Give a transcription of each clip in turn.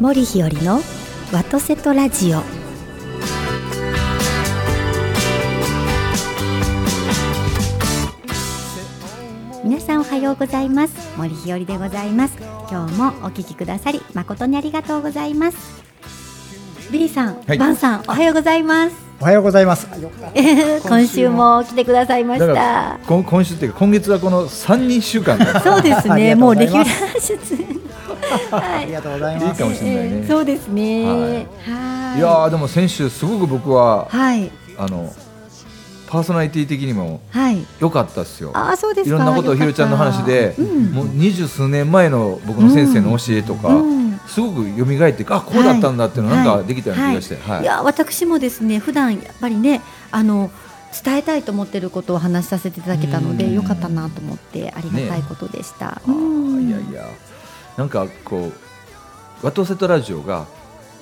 森日和のワトセトラジオ皆さんおはようございます森日和でございます今日もお聞きくださり誠にありがとうございますビリーさん、はいバンさんおはようございますおはようございます。今週も来てくださいましだかたらこん今週っていうか今月はこの三日週 間がそうですありねがとうもうござレいギュラますー出演ありがとうございいいます。かもしれないえーね。そうですねはいはいいやーでも先週すごく僕ははいあのパーソナリティ的にもはい良かったですよ。あーそうですいかろんなことをひろちゃんの話で、うんもう二十数年前の僕の先生の教えとか、うんすごく蘇ってあこうだったんだっていうのはないんかできたような気がして、はいいや私もですね普段やっぱりねあの伝えたいと思ってることをお話しさせていただけたのうでんよかったなと思ってありがたいことでした。あうーんいやいやなんかこう「ワトセトラジオが」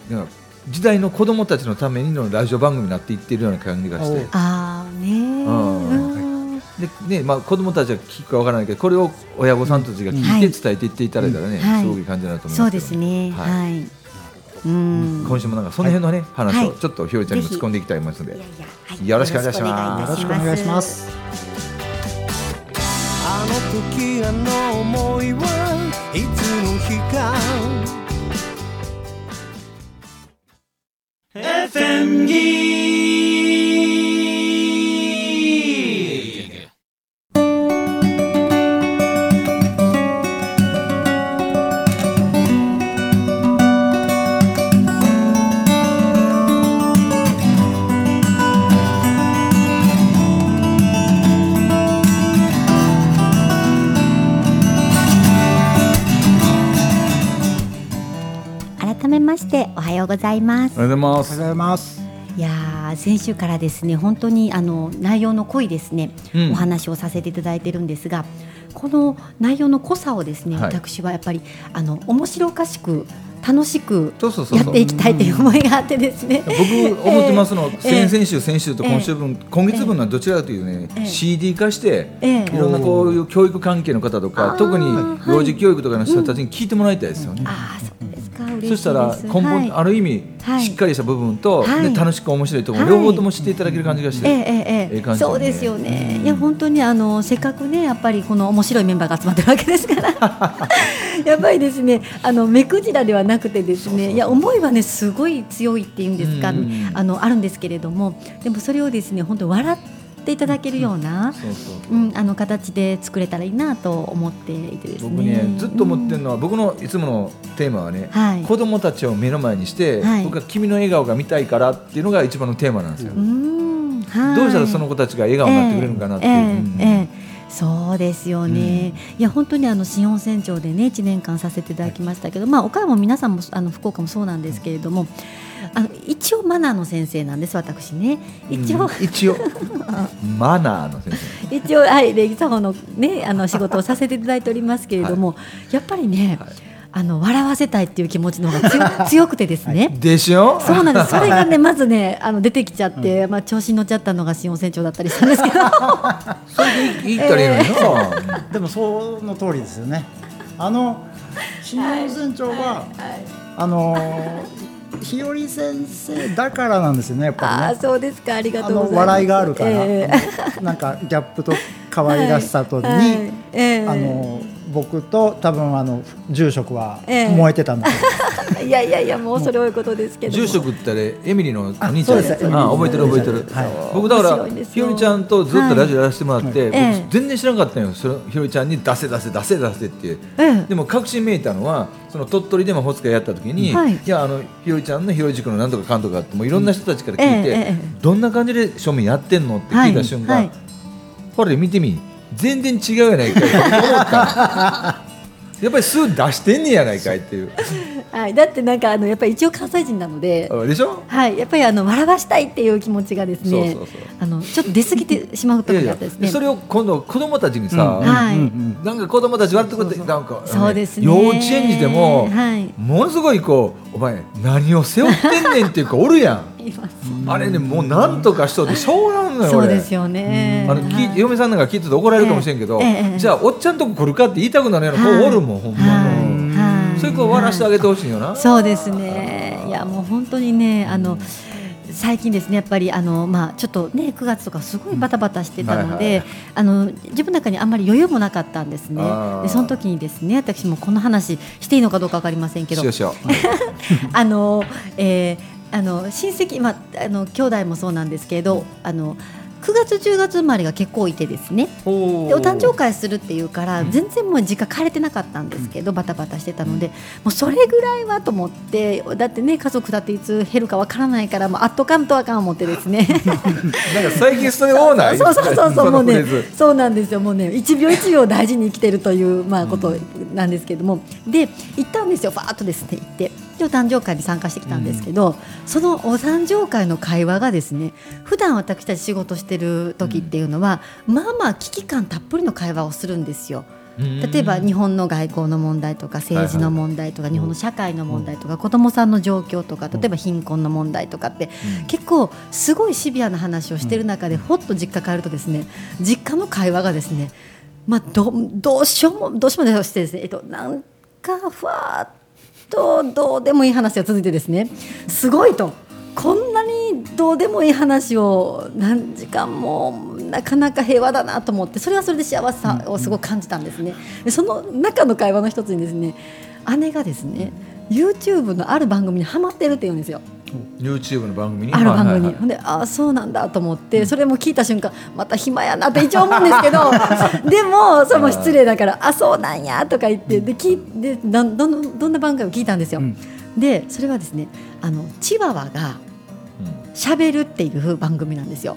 なんか時代の子供たちのためにのラジオ番組になっていってるような感じがしてあーねうんうんで、ねまあ、子供たちが聞くかわからないけどこれを親御さんたちが聞いうんて伝えていっていただいたらね、うんはいすごくいい感じだなと思いそまうすでけどすねはいはい。うん今週もなんかその辺のね、話をはいちょっとひろちゃんにもぜ突ひっ込んでいきたいと思いますのいでやい。やはいよろしくお願いしますよろしくお願いします。あの時あの思いはいつの日か FM ギー改めましておはようございます。おはようごおはざよういごまざいます。いやー先週からですね本当にあの内容の濃いですね、うんお話をさせていただいてるんですがこの内容の濃さをですね、はい私はやっぱりあの面白おかしく楽しくそうそうそうやそっうていきたいという思いがあってですね。僕思ってますの、ええ先々週、先週と今週分、今月分のはどちらかというとね、ええ CD 化して、ええいろんなこういう教育関係の方とあか、ー特にはい幼児教育とかの人たちに聞いてもらいたいですよね。ああそうですか嬉しいそです。したら根本、はいある意味、はいしっかりした部分と、はいで楽しく面白いところ、はい両方とも知っていただける感じがして、ええええええええ感じだねそうですよね。いや本当にあのせっかくねやっぱりこの面白いメンバーが集まってるわけですから。 やばいですね。あの目くじらではなくてですね。いや思いはねすごい強いっていうんですか、うんあのあるんですけれども、でもそれをですね本当笑っていただけるような、そうそううん、あの形で作れたらいいなと思っていてですね。僕ね、ずっと思ってるのは、僕のいつものテーマはね、はい子供たちを目の前にして、はい僕は君の笑顔が見たいからっていうのが一番のテーマなんですよ。うん、うんはい。どうしたらその子たちが笑顔になってくれるのかなっていう。ええうんええええそうですよね、いや本当にあの新温泉町でね1年間させていただきましたけど、まあ、岡山も皆さんもあの福岡もそうなんですけれども、あの一応マナーの先生なんです私ね一 応、うん 一応マナーの先一応はい礼儀作法のねあの仕事をさせていただいておりますけれども、やっぱりね、はいあの笑わせたいっていう気持ちの方が強 強くてですね、生でしょそうなんです。それがね、まずね、あの出てきちゃって、まあ調子に乗っちゃったのが新温泉町だったりしたんですけど。それで言ったらいいのにな、でもその通りですよね。あの新温泉長は、あの日和先生だからなんですよねやっあぱありね。そうですかありがとあうございまのす笑いがあるから、えなんかギャップと可え愛らしさとに、はいはいええあの僕と多分あの住職はええ燃えてたんだけ ど、 いやいやいやもうそれ多いことですけども住職ってあれエミリーのお兄ちそゃうんですエミリーあ覚えてる覚えてる、はい僕だか面白らいんですよひよりちゃんとずっとラジオやらせてもらって、はいええ僕全然知らなかったのよそのひよりちゃんに出せ出せ出せ出せって、ええでも確信めいたのはその鳥取でもホスカやった時に、はいい、やあのひよりちゃんのひより塾のなんとかかんとかってもういろんな人たちから聞いて、ええええどんな感じで庶民やってんのって聞いた瞬間、はいはいほら見てみ全然違うやないかいって思っ たのやっぱり数出してんねやないかいっていうはいだってなんかあのやっぱり一応関西人なのであでしょはいやっぱりあの笑わしたいっていう気持ちがですねそうそうそうあのちょっと出過ぎてしまうといこやろいがあやったですねそれを今度子供たちにさ、うんはいうんうんなんか子供たち笑ってくれてなんかそうですね幼稚園児でも、はいものすごいこうお前何を背負ってんねんっていう子おるやんいますあれねもうなんとかしとってしょうがんのよそう俺ですよねあの聞いはい嫁さんなんか聞いてて怒られるかもしれんけど、ええええじゃあおっちゃんとこ来るかって言いたくなるようなはい子おるもん、ほんまはもういはいそれこう終わらせてあげてほしいよな、そうですね。いやもう本当にねあの。最近ですねやっぱりあの、まあ、ちょっとね9月とかすごいバタバタしてたのうんはいはいであの自分の中にあんまり余裕もなかったんですねあーでその時にですね私もこの話していいのかどうか分かりませんけどしようしよう、はいあの、えーあの親戚、まあ、あの兄弟もそうなんですけどあの9月10月生まれが結構いてですねでお誕生会するっていうから全然もう実家帰れてなかったんですけどバタバタしてたのでもうそれぐらいはと思ってだってね家族だっていつ減るかわからないからもうあっとかんとあかん思ってですねなんか最近それ多ないそうそうそうそうもうフレねーズそうなんですよもうね一秒一秒大事に生きてるというまあことなんですけどもで行ったんですよファーっとですね行ってでお誕生会に参加してきたんですけど、そのお誕生会の会話がですね普段私たち仕事してる時っていうのは、まあまあ危機感たっぷりの会話をするんですよ。例えば日本の外交の問題とか政治の問題とか日本の社会の問題とか子どもさんの状況とか例えば貧困の問題とかって結構すごいシビアな話をしてる中でほっと実家帰るとですね実家の会話がですねまあどどうしようもどうしようもないしてですねえっとなんかふわっとどうでもいい話が続いてですねすごいと。こんなにどうでもいい話を何時間もなかなか平和だなと思ってそれはそれで幸せさをすごく感じたんですね。でその中の会話の一つにですね姉がですね YouTube のある番組にハマってるって言うんですよ。 YouTube の番組にある番は組いはいに、はいほんでああそうなんだと思ってそれも聞いた瞬間また暇やなって一応思うんですけどでもそれも失礼だからあそうなんやとか言ってで聞いでなんどのどんな番組を聞いたんですよ。うんでそれはですねあのチワワがうん喋るっていう番組なんですよ。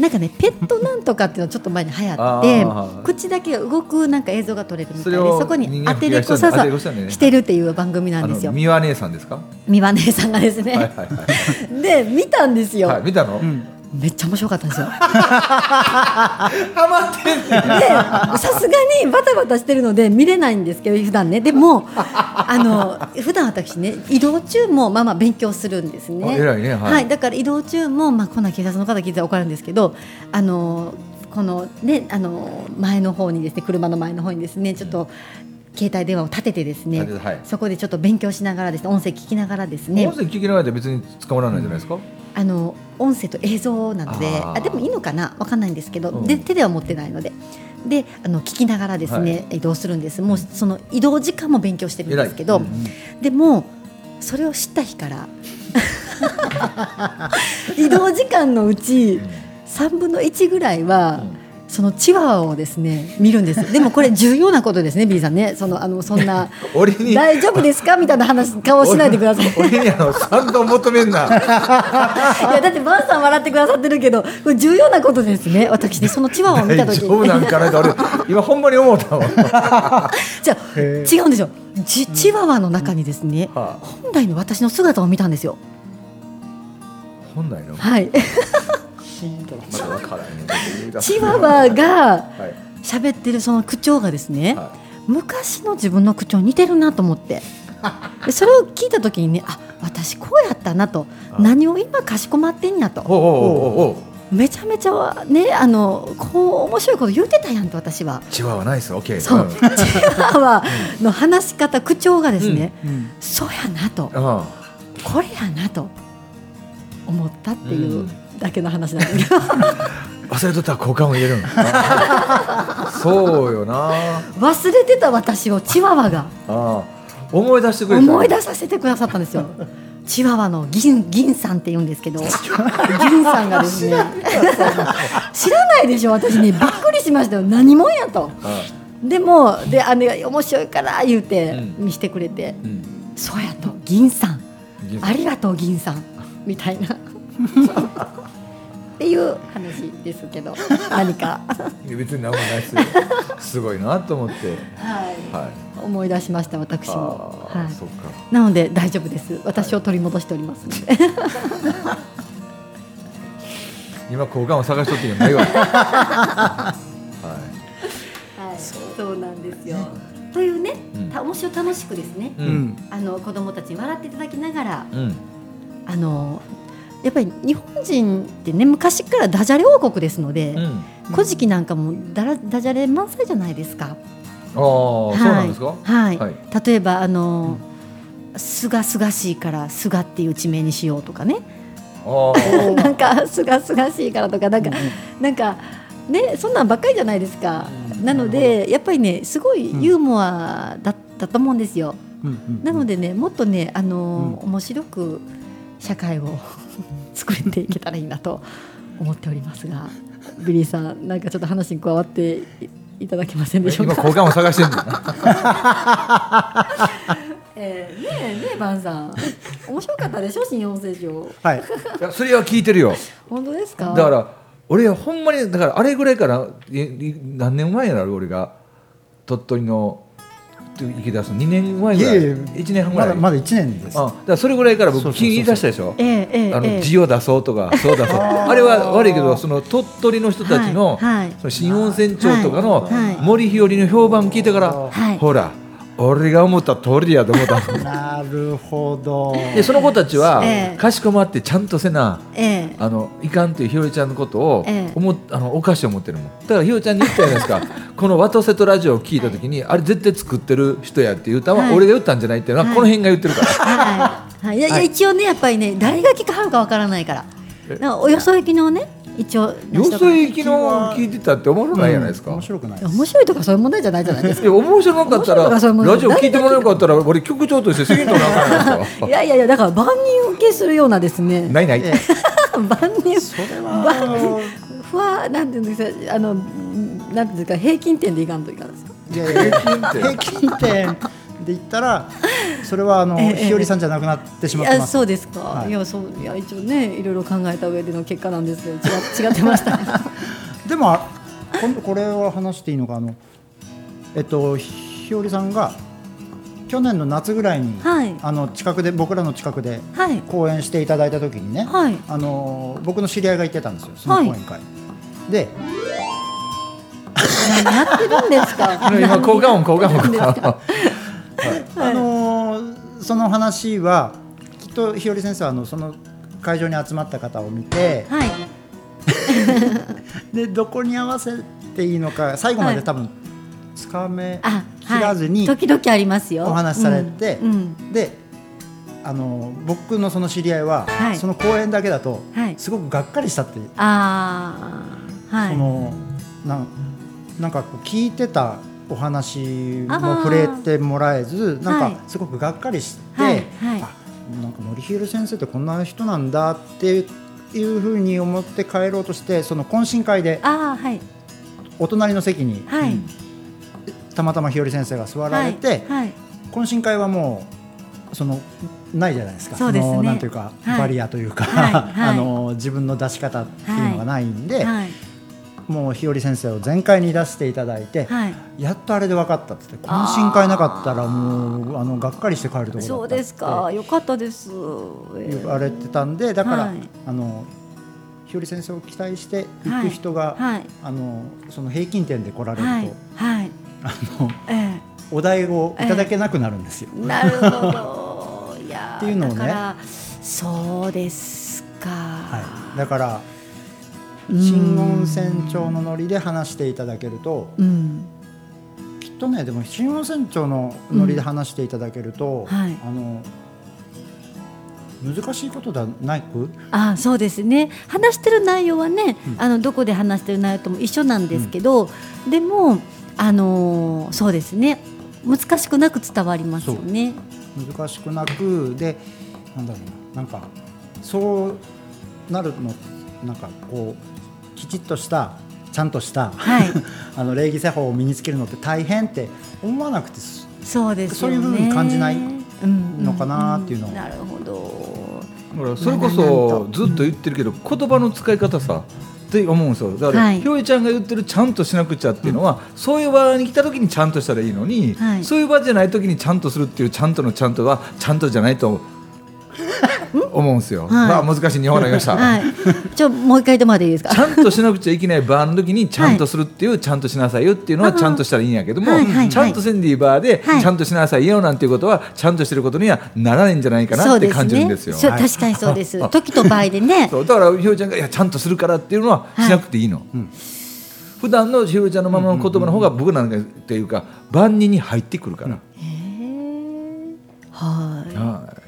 なんかねペットなんとかっていうのちょっと前に流行っあーて口だけが動くなんか映像が撮れるみたそいでれそをこに当てるこ人間さがさやしたんだよねし当ててるるっていう番組なんですあよの。三輪姉さんですか三輪姉さんがですね、はいはいは で見たんですよ。いはい見たのうんめっちゃ面白かったんですよ。ハマってんねでさすがにバタバタしてるので見れないんですけど普段ねでもあの普段私ね移動中もまあまあ勉強するんですあね。偉いねは、はいいだから移動中も、まあ、こんな警察の方聞いたら怒られるんですけどあのこの,、ね、あの前の方にですね車の前の方にですねちょっと。携帯電話を立ててですね、立ててはいそこでちょっと勉強しながらですね音声聞きながらですね音声聞きながらで別に捕まらないじゃないですかあの音声と映像なのでああーでもいいのかなわかんないんですけど、うんで手では持ってないのでであの聞きながらですね、移動するんですもうその移動時間も勉強してるん偉でいすけど、うんでもそれを知った日から 移動時間のうち3分の1ぐらいは、うんそのチワワをですね見るんですでもこれ重要なことですね B さんねそのあのそん な俺に大丈夫ですかみたいな話顔しないでください俺にあの賛同求めんないやだってバンさん笑ってくださってるけどこれ重要なことですね私ねそのチワワを見た大時丈夫なんかなって俺今ほんまに思ったわじゃあへ違うんですよチチワワの中にですねはあ本来の私の姿を見たんですよ本来 のまはいだ分からへんねチワワがはい喋ってるその口調がですねは昔の自分の口調に似てるなと思ってでそれを聞いた時にねあ私こうやったなとあ何を今かしこまってんやとおうおうおうおうめちゃめちゃねあのこう面白いこと言うてたやんと私はチワワナイスオッケーそう、んチワワの話し方、口調がですね、うんそうやなと、あこれやなと思ったっていううんだけの話なんですけど、 あ忘れとったら交換を入れるん そうよなあ忘れてた私をチワワがあ思い出してくれた思い出させてくださったんですよ。チワワの銀銀さんって言うんですけど、銀さんがですね、知らないでしょ私ねびっくりしましたよ何もんやと。あでもで姉が面白いから言うてうん見してくれて、うんそうやと銀さん。銀ありがとう銀さんみたいな。っていう話ですけ ど、何か、いや別に何もないで すよすごいなと思ってはい思い出しました私も。あーはそっい。かなので大丈夫です。私を取り戻しておりますので。今交換を探しとってんじゃ ないわはいはい。そうなんですよ。というねうん、た面白楽しくですね。ううんんあの子供たちに笑っていただきながら、うんあのやっぱり日本人ってね昔からダジャレ王国ですので、うん古事記なんかもだらダジャレ満載じゃないですか。ああ、そうなんですか。はい、はい例えばあのすがすがしいからすがっていう地名にしようとかねああ、なんかすがすがしいからとかなんか、なんかねそんなんばっかりじゃないですか、うんなのでやっぱりねすごいユーモアだったと思うんですよ、なのででねもっとねあのーう面白く社会を 作れていけたらいいなと思っておりますがビリーさんなんかちょっと話に加わっていいただけませんでしょう今か交換を探してるんだ。えー、ねえねえバン さん面白かったでしょ新養成所はいいやそれは聞いてるよ。本当ですかだから俺はほんまにだからあれぐらいからいい何年前やろ俺が鳥取の行き出すの2年前いぐらいえいえ1年半ぐまらだいまだ1年ですあだからそれぐらいから僕そうそうそうそう聞い出したでしょええええあええの字を出そうとかそうだそうあーあれは悪いけどその鳥取の人たちの,、はいはいその新温泉町とかのはい森日和の評判聞いてから、はいほら俺が思った通りやと思った。なるほどでその子たちは、ええかしこまってちゃんとせなええあのいかんというひよりちゃんのことをええ思っ、あのお菓子を持ってるもんだからひよりちゃんに言ったじゃないですか この「ワトセとラジオ」を聞いた時に、あれ絶対作ってる人やっていう歌は、はい俺が言ったんじゃないっていうのは、はいこの辺が言ってるから はい、はい、いやいや一応ねやっぱりね誰が聞かはるかわからないからえなんかおよそ行きのね一応よそ行きのは聞いてたって思わないじゃないですか、うん面白くないです面白いとかそういう問題じゃないじゃないですいや面白かったら面白いとかそういうものラジオ聞いてもらえなかったら俺局長として責任取らなあかんやない ですか かいやいやいやだから万人受けするようなですねないない、え え万人それはあのふわなんていうんですかあのなんていうんですか平均点でいかんといかんですかいやいや平均点で言ったらそれはあのええ日和さんじゃなくなってしいまってやますそうですか、はいい、やそういや一応ねいろいろ考えた上での結果なん ですけど違違ってましたねでもあ今度これは話していいのかあのえっと日和さんが去年の夏ぐらいに、はいあの近くで僕らの近くではい講演していただいた時にね、はいあの僕の知り合いが行ってたんですよその講演会、で何やってるんです か今交換音交換音何やってるんですかあのーその話はきっと日和先生はあのその会場に集まった方を見てはいでどこに合わせていいのか最後まで多分つかめあきらずにはい、時々ありますよお話しされてうんうんであのー僕のその知り合いは、はいその講演だけだと、はいすごくがっかりしたって、ああはいそのなんなんかこう聞いてたお話も触れてもらえずなはんいかすごくがっかりして、はいはいあなんか森弘先生ってこんな人なんだっていうふうに思って帰ろうとしてその懇親会でああはいお隣の席に、はいたまたま日和先生が座らはいれて、はい懇親会はもうそのないじゃないですかそうですねのなんていうか、はいバリアというか、はいはい あの自分の出し方っていうのがないんで、はいもう日和先生を全開に出していただいて、はいやっとあれで分かったっつって懇親会なかったらもうあのがっかりして帰るところだったそうってですかよかったです言われてたんでだから、はいあの日和先生を期待して行はくい人が、はいあのその平均点で来られると、はいはいあのえお題をいただけなくなるんですよ。えなるほどいやー っていうのをねだからそうですかはい、だからうん新温泉町のノリで話していただけるとうんきっとねでも新温泉町のノリで話していただけると、うんはいあの難しいことではなくあそうですね話してる内容はね、あのどこで話してる内容とも一緒なんですけど、でも、あのーそうですね難しくなく伝わりますよね。難しくなくでなんだろうななんかそうなるのなんかこうきちっとしたちゃんとした、 はいあの礼儀作法を身につけるのって大変って思わなくてすそうですよねそういうふうに感じないのかなっていうのをなるほどほらそれこそずっと言ってるけど言葉の使い方さって思うんですよだから、はいひよりちゃんが言ってるちゃんとしなくちゃっていうのは、そういう場に来た時にちゃんとしたらいいのに、はいそういう場じゃない時にちゃんとするっていうちゃんとのちゃんとはちゃんとじゃないと思うんですよ、まあ難しい日本語になりました、はいちょもう一回言ってもらっていいですか ちゃんとしなくちゃいけないバーの時にちゃんとするっていう、ちゃんとしなさいよっていうのはあーちゃんとしたらいいんやけども、はいはいはいちゃんとセンディーバーではいちゃんとしなさいよなんていうことはちゃんとしてることにはならないんじゃないかなって感じるんですよ。そうねそう確かにそうです時と場合でねそうだからひよりちゃんがいやちゃんとするからっていうのはしなくていいの、普段のしおりちゃんのままの言葉の方が僕なんかっていうか万人に入ってくるから、へえははい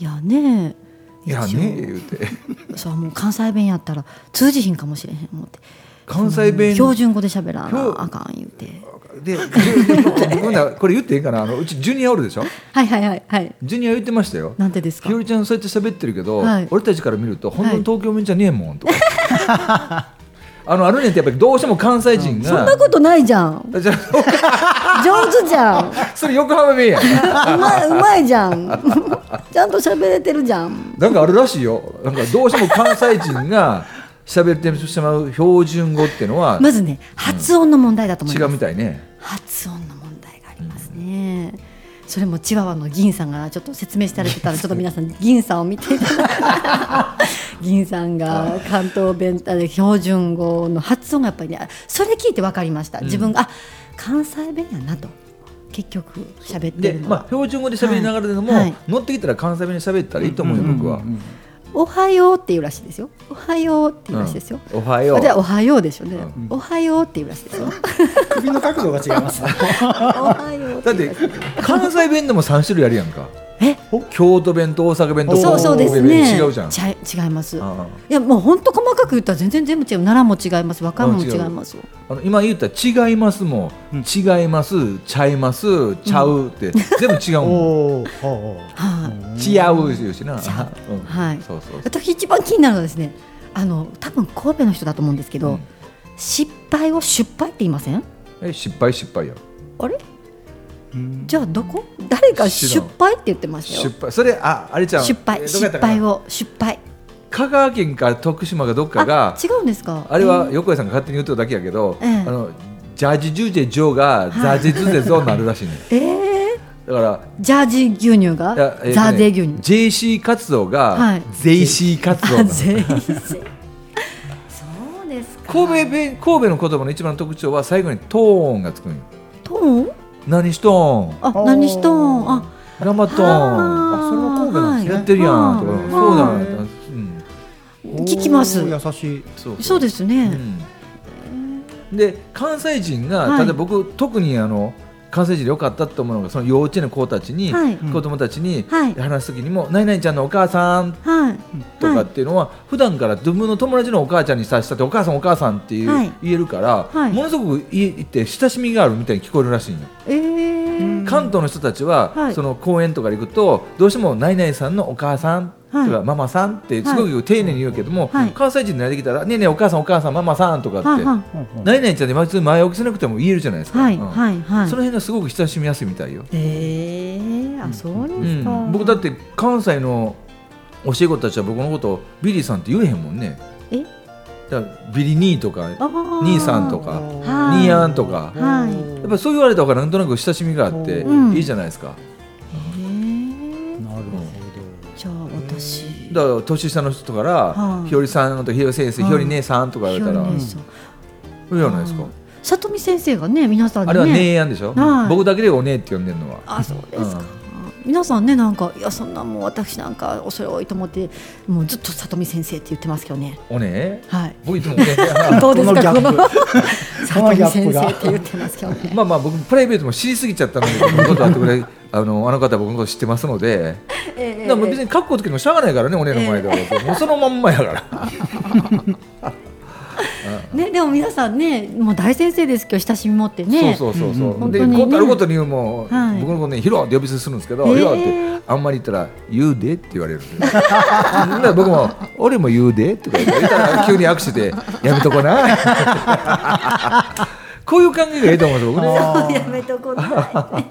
いやねいやね言うてそうもう関西弁やったら通じひんかもしれへん思って関西弁標準語で喋らな標あかん言うてででで僕なこれ言っていいかなあのうちジュニアおるでしょはいはいはいはいジュニア言ってましたよなんてですかひよりちゃんそうやって喋ってるけど、はい俺たちから見ると本当に東京弁じゃねえもんとか、あのあるねんってやっぱりどうしても関西人がそんなことないじゃんじゃあ上手じゃ んうそれ横浜弁やまいうまいじゃん ちゃんと喋れてるじゃんなんかあるらしいよなんかどうしても関西人が喋ってしまう標準語っていうのはまずね発音の問題だと思い違まうす、みたいね発音の問題がありますね、それもチワワの銀さんがちょっと説明してあげてたらちょっと皆さん銀さんを見ていただいて銀さん が関東弁あれ標準語の発音がやっぱりねあそれ聞いて分かりました自分が、あ関西弁やなと結局喋ってで、るのまあ、は、標準語で喋りながらでも、はいはい乗ってきたら関西弁で喋ったらいいと思うよ、僕は、おはようっていうらしいですよおはようっていうらしいですよ、おはよあうじゃあおはようでしょうね、うおはようっていうらしいですよ 首の角度が違いますね おはようだっていうてらしい関西弁でも3種類あるやんかえ京都弁と大阪弁とそうそうですね。神戸弁違うじゃんちゃい違います。いああやもう本当細かく言ったら全然全部違う。奈良も違います。和歌山もあ違う違いますよ。あの今言った「違います」も「違います」「ちゃいます」「ちゃう」って全部違うおもんおほうはい、違う」言うしなうんはいそうそうそう私一番気になるのはですね。あの多分神戸の人だと思うんですけど、うん失敗を失敗って言いません？え失敗失敗やあれ？うんじゃあどこ？誰か失敗って言ってました失よ。敗それああれちゃん失敗えどこや失ったかな敗を失敗。香川県か徳島かどっかあが違うんですか？あれはえー横井さんが勝手に言ってるだけやけどあええのジャージジュージェジョーがザージズゼゾーになるらしいねえーだからジャージ牛乳がいやえーとねザーゼ牛乳。 JC 活動はがいゼイシー活動なあの全員そうですか。神戸弁神戸の言葉の一番の特徴は最後にトーンがつくんよトーン？何しとあー何しとん？あん頑張っとんあーあそれは神戸なんですねやってるやんとかはいそうだはないんだうん聞きますおー優しいそうそうそうですうね。んで関西人がはいただ僕特にあの関西人でよかったと思うのがその幼稚園の子たちにはい子供たちにはい話す時にも「何々ちゃんのお母さん」はい。とかっはていうのは普段から自分の友達のお母ちゃんにさしたってお母さんお母さんっていうはい言えるからはいものすごく言って親しみがあるみたいに聞こえるらしいのよい。ええ。関東の人たちは、はいその公園とかに行くとどうしても「ナイナイさんのお母さん」とか、はいママさん」ってすごく丁寧に言うけども、はい関西人になってきたら「ねえねえお母さんお母さんママさん」とかってはいはほうほ「うナイナイちゃん」で別に前置きしなくても言えるじゃないですか、い。はいうんはいはいその。辺がすごく親しみやすいみたいよ、ええ。あそううですかん、。僕だって関西の教え子たちは僕のことをビリーさんって言えへんもんねえだからビリ兄とかあー兄さんとかはい兄やんとかいはいやっぱそう言われた方がなんとなく親しみがあってうんいいじゃないですか、ええ。なるほどじゃあ私。だから年下の人から、はいひよりさんとひより先生、はいひより姉さんとか言われたら、ひよりい姉さんいじゃないですか、さとみ先生がね皆さんあれはにね。姉やんでしょ、はい僕だけでお姉って呼んでるのはあそうですかうん。皆さんねなんかいやそんなもう私なんか恐れ多いと思ってもうずっとさとみ先生って言ってますけどね。お姉はい。僕いつもお 姉どうですかここのの ギャッ佐この藤ギャッ先プが生って言ってますけどね。まあまあ僕プライベートも知りすぎちゃったので僕のことあってくれあのあの方僕のこと知ってますので、だからもう別に格好つけてもしゃあないからねお姉の前では、もうそのまんまやからねでも皆さんねもう大先生ですけど親しみ持って ね。そうそううそうんそう、本で当にねこうあることに言うも、はい僕のことね「ヒロ」って呼び捨てするんですけどえ「ーヒロ」ってあんまり言ったら「言うで」って言われるんでだから僕も「俺も言うで」とか言って言ったら急に握手 で「やめとこな」こういう関係がいいと思うんですよ僕ね。だかやめとこなら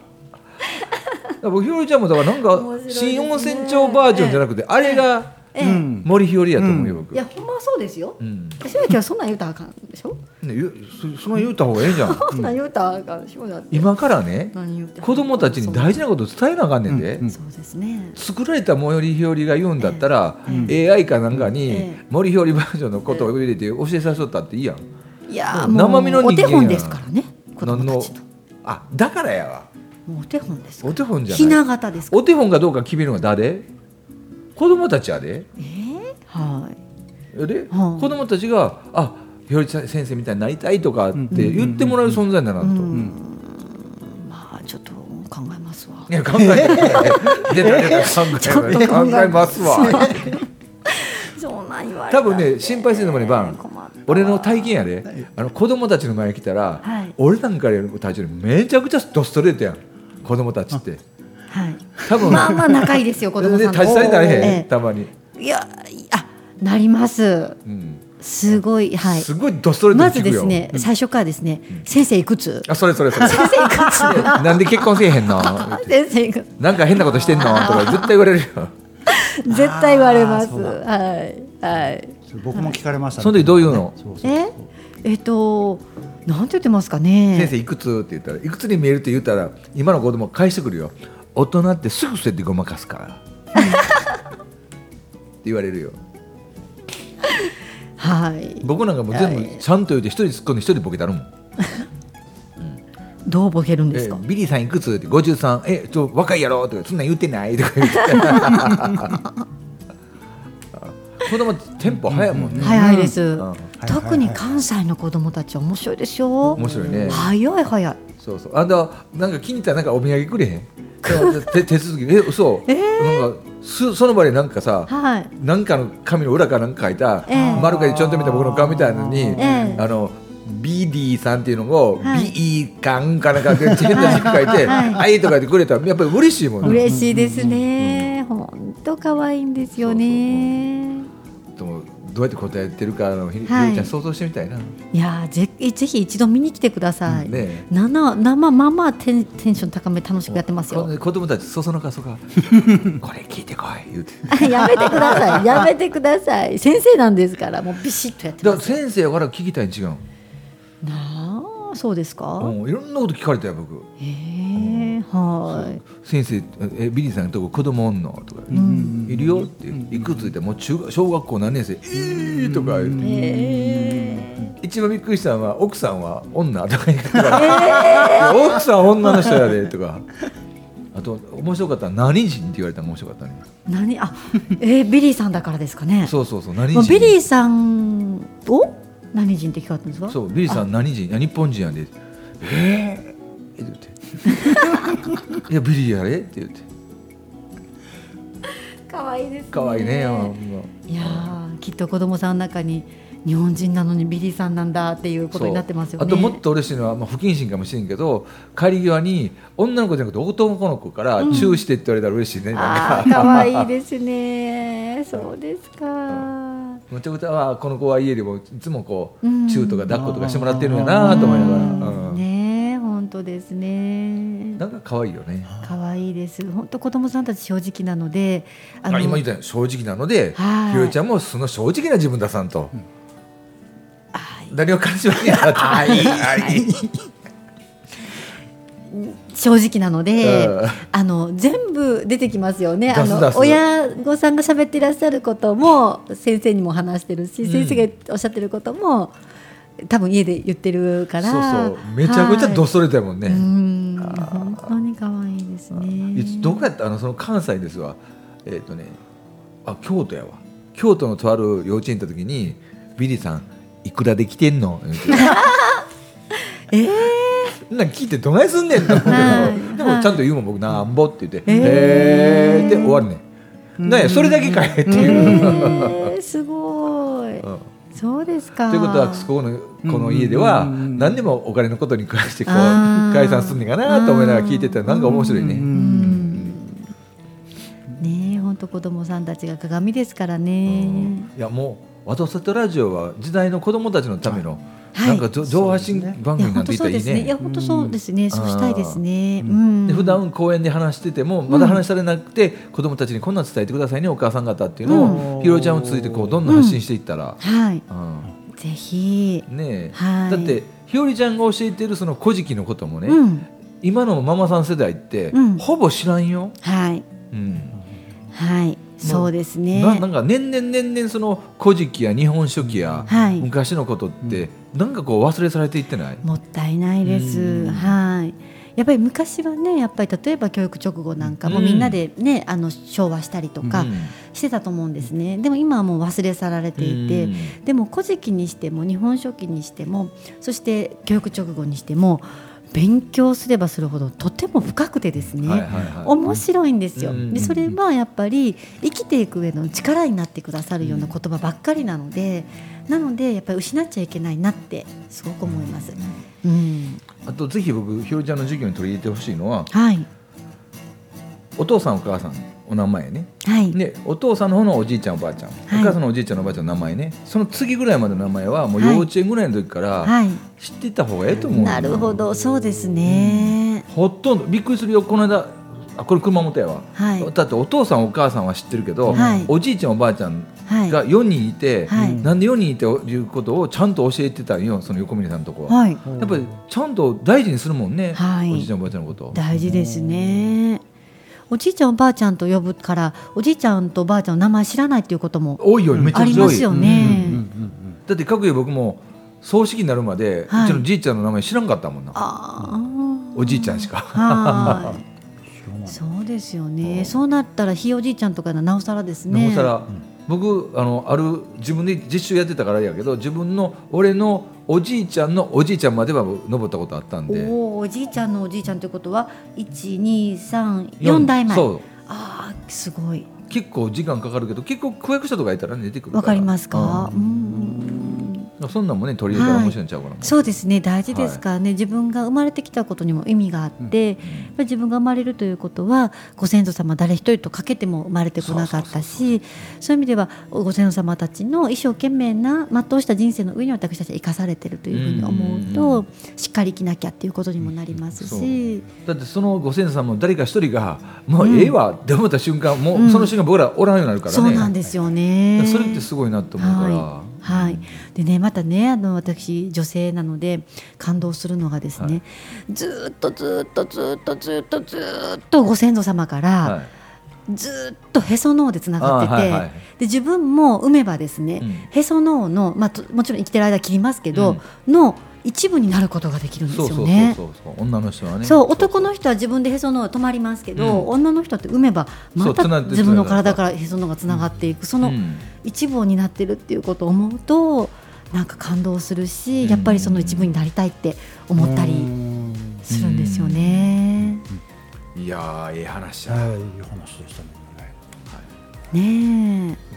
僕ひよりちゃんもだからなんか面白いですね新温泉町バージョンじゃなくて、あれがい。えうえ。ん森ひよりやと思うよ、僕。いやほんまはそうですよう。んね、そうやけどそんなん言うたらあかんでしょ。ゆそその言うた方がええじゃんそんなん言うたらあかんでしょ。だって 今からね何言うて子供たちに大事なことを伝えなあかんねんで、うんうんそうですね。作られた森ひよりが言うんだったら、AI かなんかえにえ森ひよりバージョンのことを入れて教えさせとったっていいやん。いやーうん生身のもうお人間手や本ですからね。子なん供のたちのあだからやわもうお手本ですから。お手本じひゃなない形ですから。お手本かどうか決めるのは誰子供たちやでええはい。で、うん子供たちがあひより先生みたいになりたいとかって言ってもらえる存在だなと。まあちょっと考えますわいや考えて出た出た考ちょっえと考えま すわ。そんなん言われた多って分ね心配せんでもねバン困った俺の体験やで、あの子供たちの前に来たら、はい俺なんかよりも体重めちゃくちゃドストレートやん子供たちってはい多分まあまあ仲いいです よ子供でさんと立ち去りなれへん、ええたまに、いやあなりますうんすごいはいすごいドストレートまにず聞でくよ、すね最初からですね先生いく つあそれそれそれなんで結婚せえへんの先生いくつなんか変なことしてんのとか絶対言われるよ絶対言われますあーそうだはいはい僕も聞かれましたね、その時どういうのそうそうええっとなんて言ってますかね先生いくつって言ったらいくつに見えるって言ったら今の子供返してくるよ大人ってすぐそうやってごまかすからって言われるよはい僕なんかもう全は部ちゃんと言うて一人突っ込んで一人ボケたるもんどうボケるんですえかビリーさんいくつって53えちょ若いやろとかそんなん言ってないとか言って 子供テンポ早いもんね、早いですうん特に関西の子供たちは面白いですよ面白いね早い早いそうそうあんたなんか気に入ったらなんかお土産くれへ ん手手続きえ嘘、なんかすその場でなんかさ、はいなんかの紙の裏かなんか書いた、ええ丸かでちょんと見た僕の顔みたいなのに、ええあの BD さんっていうのを、はい BE 感かなんかで変な字書いて「はいはい」とか言ってくれたらやっぱり嬉しいもんね。嬉しいですね。本当可愛いんですよね。でもどうやって答えてるかあのひひろはいちゃん想像してみたいな。いやーぜぜひ一度見に来てください。うんねえなな生まあまあテンテンション高め楽しくやってますよ。子供たちそそのかそかこれ聞いてこい言うて。 やめてくだ さい。やめてください。先生なんですからもうビシッとやってだまからす。先生やから聞きたいに違う。なあそうですか。うんいろんなこと聞かれたよ僕。へえはい。先生えビリーさんのとこ子供おんのとか、いるよっていくつ言ってもう中学小学校何年生えーとか言うえ一番びっくりしたのは奥さんは女とか言ってたから、奥さんは女の人やでとかあと面白かったのは何人って言われたら面白かったねー、何あえー、ビリーさんだからですかね。そうそうそう何も人うビリーさんを何人って聞かれたんですか。そうビリーさん何人いや日本人やでえー、って言って いやビリーやれって言って可愛いですね。可愛いねほんまいやーきっと子供さんの中に日本人なのにビリーさんなんだっていうことになってますよね。そうあともっと嬉しいのは、まあ、不謹慎かもしれんけど帰り際に女の子じゃなくて男の子から「チューして」って言われたら嬉しいね、なあんーか可愛いですね。そうですか。むちゃくちゃあーこの子は家でもいつもこう、うんチューとか抱っことかしてもらってるんやなと思いながら、ううんんねえ本当ですねな。んか可愛いよね可愛いです。本当子供さんたち正直なので、あ今言ったように正直なのではいひろりちゃんもその正直な自分出さんと、あ誰を感じるんやなって正直なので、うんあの全部出てきますよね。出すあの出す親御さんが喋っていらっしゃることも先生にも話してるし、先生がおっしゃってることも多分家で言ってるから、 そうそうめちゃくちゃドス。ストレートやもんね、うん本当に可愛いですね。いつどこやったあのその関西ですわえっ、とねあ京都やわ京都のとある幼稚園行った時にビリーさんいくらできてんの言うてえーそんなん聞いてどないすんねんと思うけど、はいでもちゃんと言うもん僕なんぼって言って「えーえー」って終わるねんなんやそれだけかいっていう。えーすごい。うんそうですか。ということはそこのこの家では何でもお金のことに関してこうあー解散すんねんかなと思いながら聞いてたらなんか面白いね。うんねえ、本当子供さんたちが鏡ですからね。いやもう「ワトソトラジオ」は時代の子供たちのための、はいなんかじょ情報発信そうですね番いや本組になって当いったそうらいでいすね。いねや。本当そうですね。そうしたいですね。うでん。普段公園で話しててもまだ話されなくて、子供たちにこんなん伝えてくださいねお母さん方っていうのを、うんひろちゃんを通じてこうどんどん発信していったら、はい。うんぜひ。ねえ、はいだってひよりちゃんが教えてるその「古事記」のこともね、うん。今のママさん世代って、うんほぼ知らんよ、はい。うんはい。そうですね。ななんか年々年々その「古事記」や「日本書紀」や、はい昔のことって、なんかこう忘れされていってないもったいないです。うんはい。やっぱり昔はねやっぱり例えば教育直後なんかもうんみんなでね、あの昭和したりとかうんしてたと思うんですね、でも今はもう忘れ去られていて、うんでも「古事記」にしても「日本書紀」にしてもそして教育直後にしても勉強すればするほどとても深くてですね、はいはいはい面白いんですよ。うんでそれはやっぱり生きていく上の力になってくださるような言葉ばっかりなので、なのでやっぱり失っちゃいけないなってすごく思います。うん、あとぜひ僕ひろちゃんの授業に取り入れてほしいのははいお父さんお母さんお名前ねはい、でお父さんの方のおじいちゃんおばあちゃん、いお母さんのおじいちゃんのおばあちゃんの名前ねその次ぐらいまでの名前はもう幼稚園ぐらいの時からはい、知っていった方がええと思う、なるほどそうですね。ほとんどびっくりするよこの間あこれ熊本やわ、はいだってお父さんお母さんは知ってるけど、はいおじいちゃんおばあちゃんはいが4人いて、はいなんで4人いていうことをちゃんと教えてたんよその横峯さんのとこは、はいやっぱりちゃんと大事にするもんね、はいおじいちゃんおばあちゃんのこと大事ですね。おじいちゃんおばあちゃんと呼ぶからおじいちゃんとおばあちゃんの名前知らないっていうことも多いよめちあゃくりちゃま多いすよね。うんうんだって各家僕も葬式になるまで、はいうちのじいちゃんの名前知らんかったもんなああおじいちゃん しかはうんい。そうですよね。そうなったらひいおじいちゃんとかななおさらですね。なおさら、僕あのある自分で実習やってたからあれやけど自分の俺のおじいちゃんのおじいちゃんまでは登ったことあったんでおおおじいちゃんのおじいちゃんということは一二三四代前。そうああすごい。結構時間かかるけど結構公約者とかいたら出てくるらわかりますか。うんうん。うんそんなんもね取り入れたら面白いんちゃうかな、そうですね大事ですからね、自分が生まれてきたことにも意味があって、やっぱり自分が生まれるということはご先祖様誰一人とかけても生まれてこなかったしそういう意味ではご先祖様たちの一生懸命な全うした人生の上に私たちは生かされてるというふうに思ううんうと、しっかり生きなきゃっていうことにもなりますし、だってそのご先祖さんも誰か一人がもうええわって思った瞬間、もうその瞬間僕らおらんようになるからね、そうなんですよね。それってすごいなと思うから、はいはい、でねまたねあの私女性なので感動するのがですね、はいずーっとずーっとずーっとずーっとずーっとご先祖様から、はいずーっとへその緒でつながってて、あーはいはいで自分も産めばですね、うんへその緒の、まあ、ともちろん生きてる間は切りますけど、の一部になることができるんですそうそようね。そうそうそう女の人はねそう男の人は自分でへその緒が止まりますけど、うん女の人って産めばまそうつなたがって自分の体からへその緒がつながっていく、そのうん一部を担ってるっていうことを思うとなんか感動するし、うんやっぱりその一部になりたいって思ったうりんするんですよね。いやーええ話や、はいいい話でしたね。はいねえ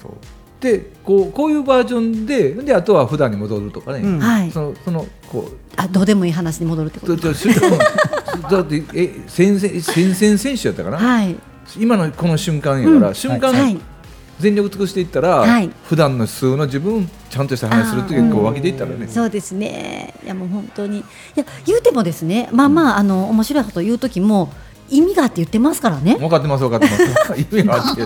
そうでこうこういうバージョンでであとは普段に戻るとかね、うんはいそのそのこうあどうでもいい話に戻るってこちょとちょちょだってえ先々先々先週やったかな、はい今のこの瞬間やから、うん瞬間、はい全力尽くしていったら、はい普段の数の自分ちゃんとした話するって結構湧き出いったらね、そうですねいやもう本当にいや言うてもですねまあまああの面白いこと言う時も意味があって言ってますからね分かってます分かってます意味があって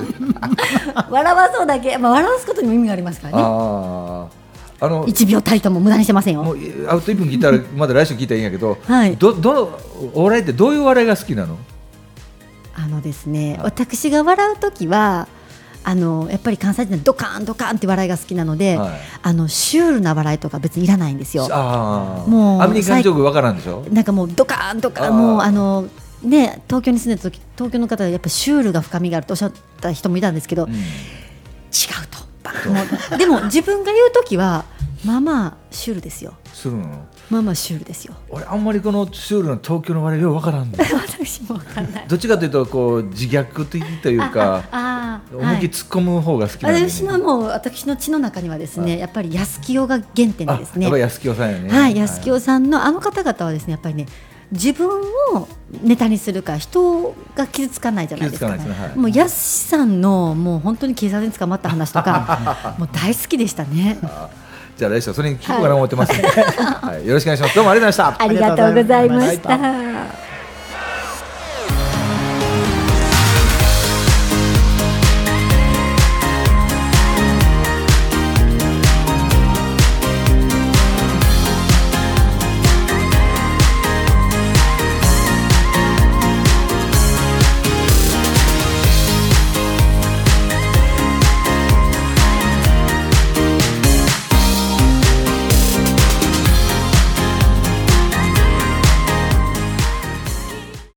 笑わそうだけ、まあ、笑わすことにも意味がありますからね あああの一秒たりとも無駄にしてませんよもうアウト1分聞いたらまだ来週聞いたらいいんやけど、はいどどお笑いってどういう笑いが好きなのあのですね、はい私が笑うときはあのやっぱり関西人はドカーンドカーンって笑いが好きなので、はいあのシュールな笑いとか別にいらないんですよ。ああもうアメリカンジョークわからんでしょなんかもうドカーンドカーあーンもうあのね東京に住んでた時東京の方はやっぱシュールが深みがあるとおっしゃった人もいたんですけど、うん違うとバーンもうでも自分が言うときはまあまあシュールですよするのまあまあシュールですよ俺あんまりこのシュールな東京の笑いようわからんの私もわかんない どっちかというとこう自虐的というかああ思いっきり突っ込む方が好きなんで、ね私のもう私の血の中にはですね、やっぱり安清が原点あですやねっぱ。り安清さんやねはい、安清さんのあの方々はですね、やっぱりね。自分をネタにするから人が傷つかないじゃないですか。傷つかないですねはいもうやすしさんのもう本当に警察に捕まった話と かもう大好きでしたね。じゃあ来週はそれに聞こうかな思ってますんで、はいよろしくお願いしますどうもありがとうございましたありがとうございました。